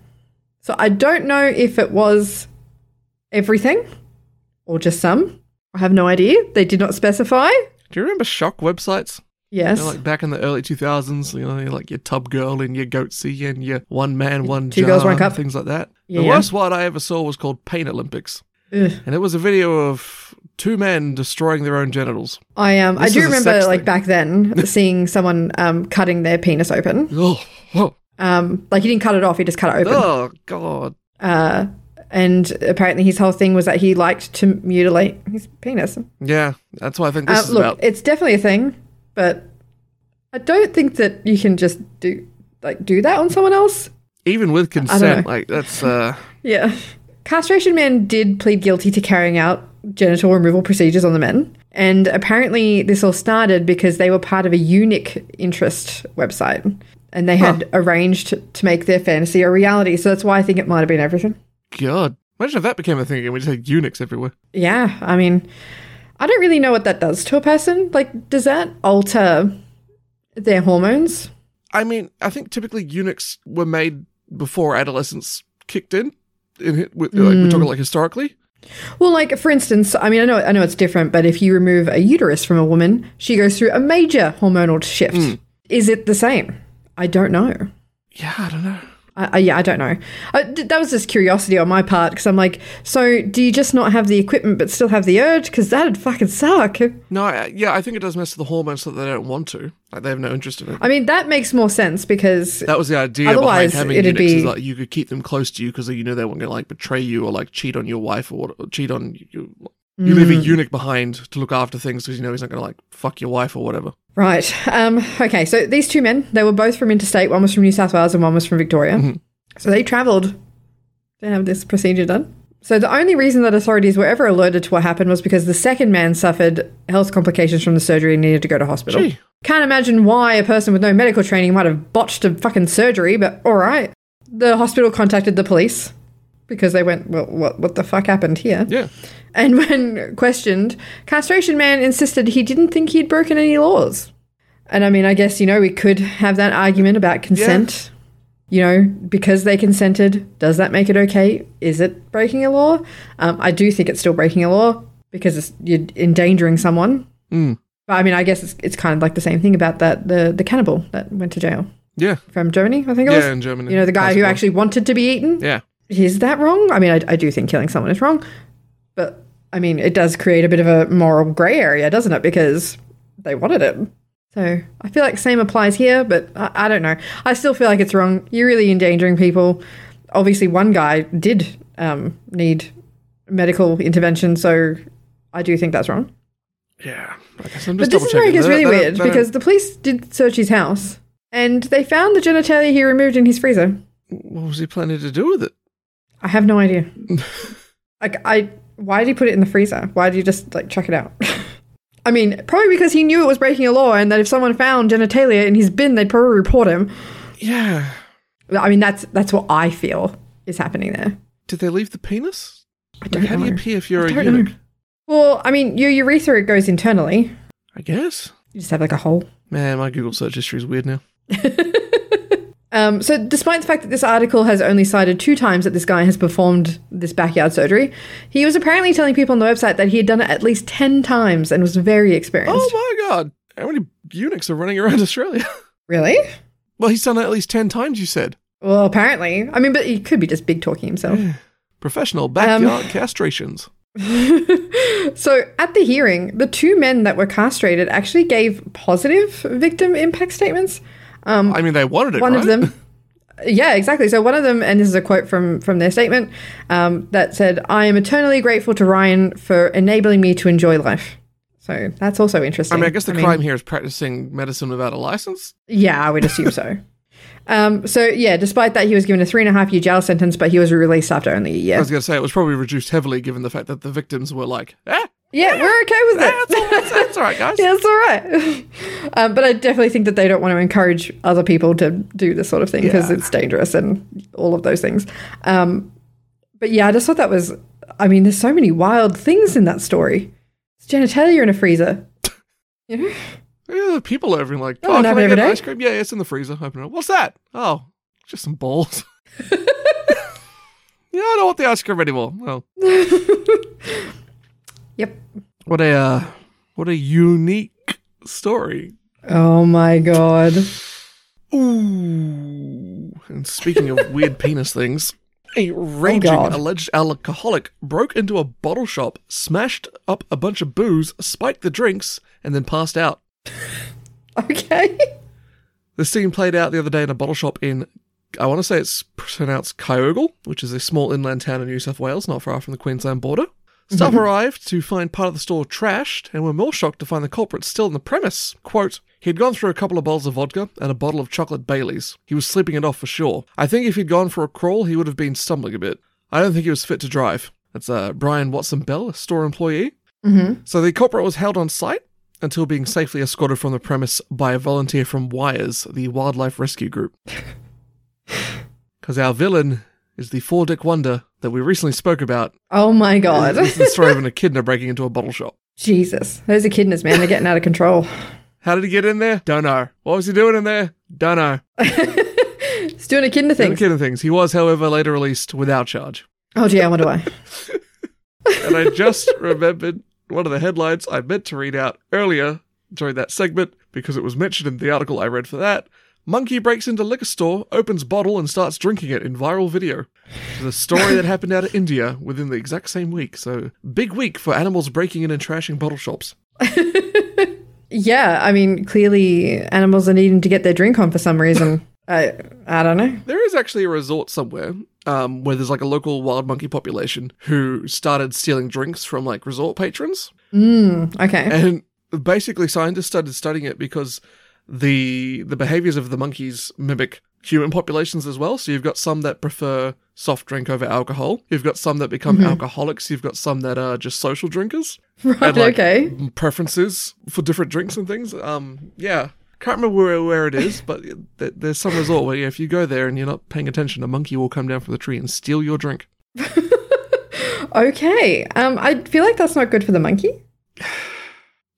S2: So I don't know if it was everything or just some. I have no idea. They did not specify.
S1: Do you remember shock websites?
S2: Yes.
S1: You know, like back in the early 2000s, you know, like your tub girl and your goatsy and your one man, one
S2: Two
S1: jar,
S2: girls, one cup.
S1: things like that. The
S2: Yeah.
S1: worst one I ever saw was called Pain Olympics.
S2: Ugh.
S1: And it was a video of two men destroying their own genitals.
S2: I um, I
S1: This
S2: do
S1: is a
S2: remember
S1: sex
S2: like
S1: thing.
S2: back then seeing someone um, cutting their penis open.
S1: Oh, oh,
S2: Um, like he didn't cut it off; he just cut it open.
S1: oh God.
S2: Uh, and apparently, his whole thing was that he liked to mutilate his penis.
S1: Yeah, that's why I think
S2: Uh,
S1: this is
S2: look,
S1: about.
S2: it's definitely a thing, but I don't think that you can just do like do that on someone else.
S1: Even with consent,
S2: know.
S1: like that's uh,
S2: Yeah, castration man did plead guilty to carrying out genital removal procedures on the men, and apparently this all started because they were part of a eunuch interest website, and they had arranged to make their fantasy a reality. So that's why I think it might have been everything.
S1: God. Imagine if that became a thing again. We just had eunuchs everywhere.
S2: Yeah, I mean, I don't really know what that does to a person. Like, does that alter their hormones?
S1: I mean, I think typically eunuchs were made before adolescence kicked in. in hi- with, like, We're
S2: Mm.
S1: talking like historically.
S2: Well, like for instance, I mean, I know, I know it's different, but if you remove a uterus from a woman, she goes through a major hormonal shift. Is it the same? I don't know.
S1: Yeah, I don't know.
S2: I, I, yeah, I don't know. I, th- that was just curiosity on my part because I'm like, so do you just not have the equipment but still have the urge? Because that'd fucking suck.
S1: No, I, yeah, I think it does mess with the hormones so that they don't want to. Like they have no interest in it.
S2: I mean, that makes more sense because
S1: That was the idea
S2: Otherwise,
S1: behind having
S2: it'd
S1: eunuchs. Is
S2: be-
S1: like you could keep them close to you because you know they weren't going to like betray you or like cheat on your wife or, what- or cheat on you. You leave a
S2: Mm.
S1: eunuch behind to look after things because you know he's not going to like fuck your wife or whatever.
S2: Right. Um, okay. So these two men, they were both from interstate. One was from New South Wales and one was from Victoria. So they travelled to have this procedure done. So the only reason that authorities were ever alerted to what happened was because the second man suffered health complications from the surgery and needed to go to hospital.
S1: Gee.
S2: Can't imagine why a person with no medical training might have botched a fucking surgery, but all right. The hospital contacted the police because they went, well, what, what the fuck happened here?
S1: Yeah,
S2: And when questioned, Castration Man insisted he didn't think he'd broken any laws. And I mean, I guess, you know, we could have that argument about consent. You know, because they consented, does that make it okay? Is it breaking a law? Um, I do think it's still breaking a law because it's, you're endangering someone.
S1: Mm.
S2: But I mean, I guess it's, it's kind of like the same thing about that the, the cannibal that went to jail
S1: yeah,
S2: from Germany, I think it was.
S1: yeah. In Germany,
S2: You know, the guy who
S1: Possible.
S2: actually wanted to be eaten
S1: yeah.
S2: is that wrong? I mean, I, I do think killing someone is wrong, but I mean, it does create a bit of a moral grey area, doesn't it? Because they wanted it. So I feel like same applies here, but I, I don't know. I still feel like it's wrong. You're really endangering people. Obviously, one guy did um, need medical intervention, so I do think that's wrong.
S1: Yeah, I guess I'm
S2: But
S1: just
S2: this is where
S1: double-checking.
S2: it gets
S1: They
S2: really
S1: don't- they
S2: weird
S1: don't- they don't-
S2: because the police did search his house and they found the genitalia he removed in his freezer.
S1: what was he planning to do with it?
S2: I have no idea. like I why did he put it in the freezer? Why did you just like chuck it out? I mean, probably because he knew it was breaking a law and that if someone found genitalia in his bin, they'd probably report him.
S1: Yeah,
S2: I mean, that's that's what I feel is happening there.
S1: did they leave the penis?
S2: I don't
S1: How do you
S2: know.
S1: pee if you're
S2: I
S1: a
S2: don't
S1: eunuch?
S2: know. Well, I mean, your urethra goes internally.
S1: I guess.
S2: You just have like a hole.
S1: Man, my Google search history is weird now.
S2: Um, so, despite the fact that this article has only cited two times that this guy has performed this backyard surgery, he was apparently telling people on the website that he had done it at least 10 times and was very experienced.
S1: Oh my god, how many eunuchs are running around Australia?
S2: Really?
S1: well, he's done it at least ten times. You said. Hmm.
S2: Well, apparently. I mean, but he could be just big talking himself.
S1: Professional
S2: Um,
S1: backyard castrations.
S2: so at the hearing, the two men that were castrated actually gave positive victim impact statements. Um,
S1: I mean, they wanted it.
S2: one of
S1: right?
S2: them yeah exactly so one of them and this is a quote from from their statement um, that said i am eternally grateful to ryan for enabling me to enjoy life so that's also
S1: I
S2: interesting
S1: mean, I guess the crime here is practicing medicine without a license.
S2: yeah i would assume so um, so yeah despite that he was given a three and a half year jail sentence but he was released after only a year
S1: I was going to say it was probably reduced heavily given the fact that the victims were like, eh,
S2: yeah we're okay with
S1: eh, that's,
S2: it
S1: all, that's, that's all right, guys.
S2: yeah it's all right um, but i definitely think that they don't want to encourage other people to do this sort of thing because
S1: Yeah.
S2: it's dangerous and all of those things um, but yeah i just thought that was i mean there's so many wild things in that story it's genitalia in a freezer you know
S1: Yeah, the people over and like,
S2: Oh,
S1: oh,
S2: not
S1: can I
S2: every
S1: get
S2: day.
S1: ice cream? Yeah, it's in the freezer. Open it up. What's that? Oh, just some balls. yeah, I don't want the ice cream anymore. Well,
S2: yep
S1: what a uh, what a unique story.
S2: oh my god
S1: Ooh. And speaking of weird penis things, a raging
S2: God.
S1: alleged alcoholic broke into a bottle shop, smashed up a bunch of booze, spiked the drinks, and then passed out.
S2: okay
S1: The scene played out the other day in a bottle shop in, I want to say it's pronounced Kyogle, which is a small inland town in New South Wales, not far from the Queensland border. Staff arrived to find part of the store trashed and were more shocked to find the culprit still in the premise. Quote, He'd gone through a couple of bottles of vodka and a bottle of chocolate Bailey's. He was sleeping it off for sure. I think if he'd gone for a crawl, he would have been stumbling a bit. I don't think he was fit to drive. That's uh, Brian Watson Bell, a store employee. So the culprit was held on site until being safely escorted from the premise by a volunteer from Wires, the wildlife rescue group. Because our villain is the four dick wonder that we recently spoke about.
S2: oh my god
S1: This is the story of an echidna breaking into a bottle shop.
S2: jesus those echidnas man they're getting out of control
S1: How did he get in there? Don't know. What was he doing in there? Don't know.
S2: it's doing echidna
S1: Doing
S2: things
S1: Echidna things. He was, however, later released without charge.
S2: oh gee i wonder why
S1: And I just remembered one of the headlines I meant to read out earlier during that segment because it was mentioned in the article I read for that. Monkey breaks into liquor store, opens bottle, and starts drinking it in viral video. It's a story that happened out of India within the exact same week. So, big week for animals breaking in and trashing bottle shops.
S2: Yeah, I mean, clearly animals are needing to get their drink on for some reason. I I don't know.
S1: There is actually a resort somewhere um, where there's like a local wild monkey population who started stealing drinks from like resort patrons.
S2: Hmm, Okay.
S1: and basically scientists started studying it because the the behaviors of the monkeys mimic human populations as well so you've got some that prefer soft drink over alcohol you've got some that become alcoholics you've got some that are just social drinkers
S2: Right,
S1: and, like,
S2: Mm-hmm. okay.
S1: preferences for different drinks and things um yeah can't remember where, where it is but th- there's some resort where yeah, if you go there and you're not paying attention a monkey will come down from the tree and steal your drink
S2: Okay. Um I feel like that's not good for the monkey.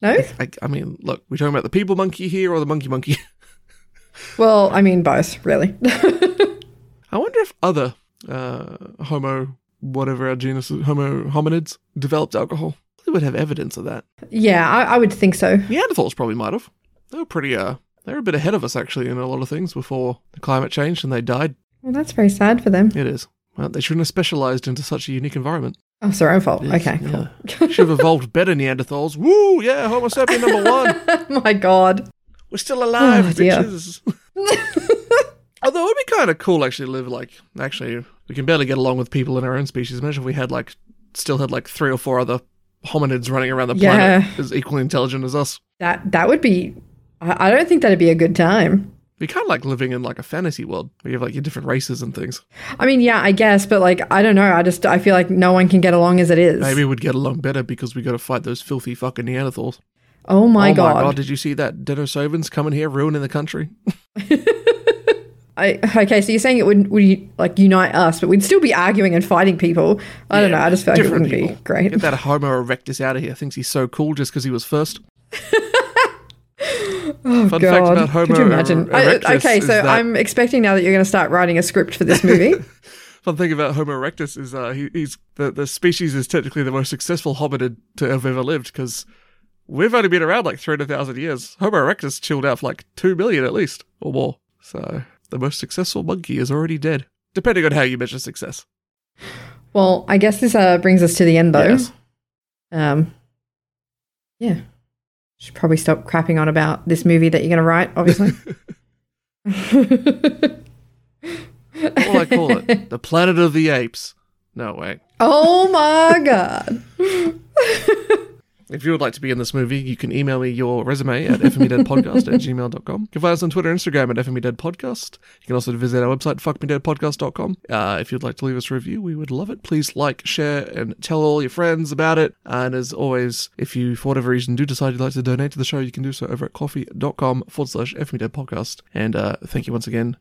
S2: No?
S1: I, I mean look we're talking about the people monkey here or the monkey monkey
S2: Well, I mean both, really.
S1: I wonder if other uh, Homo, whatever our genus, is, Homo hominids, developed alcohol. They would have evidence of that.
S2: yeah, I, I would think so.
S1: Neanderthals probably might have. They were pretty. Uh, they were a bit ahead of us actually in a lot of things before the climate changed and they died.
S2: Well, that's very sad for them.
S1: It is. Well, they shouldn't have specialized into such a unique environment.
S2: Oh, it's their own fault. Okay.
S1: Yeah. Should have evolved better Neanderthals. Woo! Yeah, Homo sapien number one.
S2: Oh My God.
S1: We're still alive,
S2: Oh, dear.
S1: bitches. Although it'd be kind of cool actually to live like actually we can barely get along with people in our own species. Imagine if we had like still had like three or four other hominids running around the planet as equally intelligent as us.
S2: That that would be I, I don't think that'd be a good time.
S1: We kind of like living in like a fantasy world where you have like your different races and things.
S2: I mean, yeah, I guess, but like I don't know. I just I feel like no one can get along as it is.
S1: Maybe we'd get along better because we got to fight those filthy fucking Neanderthals.
S2: Oh my
S1: oh
S2: god.
S1: my god! Did you see that Denisovans coming here ruining the country?
S2: I, okay, so you're saying it wouldn't would like unite us, but we'd still be arguing and fighting people. I don't know. I just feel like it
S1: Different
S2: wouldn't be
S1: people.
S2: great.
S1: Get that Homo erectus out of here. Thinks he's so cool just because he was first.
S2: Oh,
S1: Fun fact
S2: God.
S1: about Homo
S2: Could you imagine?
S1: er-
S2: I-
S1: erectus
S2: okay, so
S1: is that-
S2: I'm expecting now that you're going to start writing a script for this movie.
S1: fun thing about Homo erectus is uh, he, he's the, the species is technically the most successful hominid to have ever lived because we've only been around like 300,000 years. Homo erectus chilled out for like 2 million at least or more. So the most successful monkey is already dead, depending on how you measure success.
S2: Well, I guess this uh, brings us to the end, though.
S1: Yes.
S2: Um, yeah. Should probably stop crapping on about this movie that you're going to write, obviously.
S1: What will I call it? the Planet of the Apes. No, wait.
S2: oh my God.
S1: If you would like to be in this movie, you can email me your resume at fmedeadpodcast at gmail.com. You can find us on Twitter and Instagram at fmedeadpodcast. You can also visit our website, fuckmedeadpodcast.com. Uh, if you'd like to leave us a review, we would love it. Please like, share, and tell all your friends about it. And as always, if you, for whatever reason, do decide you'd like to donate to the show, you can do so over at coffee.com forward slash fmedeadpodcast. And uh, thank you once again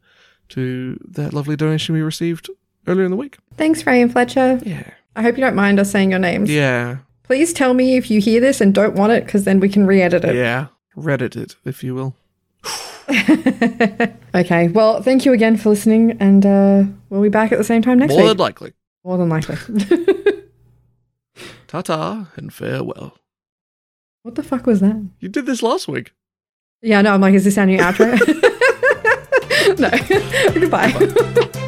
S1: to that lovely donation we received earlier in the week.
S2: Thanks, Ray and Fletcher.
S1: Yeah.
S2: I hope you don't mind us saying your names.
S1: Yeah.
S2: Please tell me if you hear this and don't want it, because then we can re edit it.
S1: Yeah. Reddit it, if you will.
S2: Okay. Well, thank you again for listening, and uh, we'll be back at the same time next
S1: More
S2: week.
S1: than likely.
S2: More than likely.
S1: Ta ta and farewell.
S2: what the fuck was that?
S1: You did this last week.
S2: Yeah, no, I'm like, is this our new outro? no. Goodbye.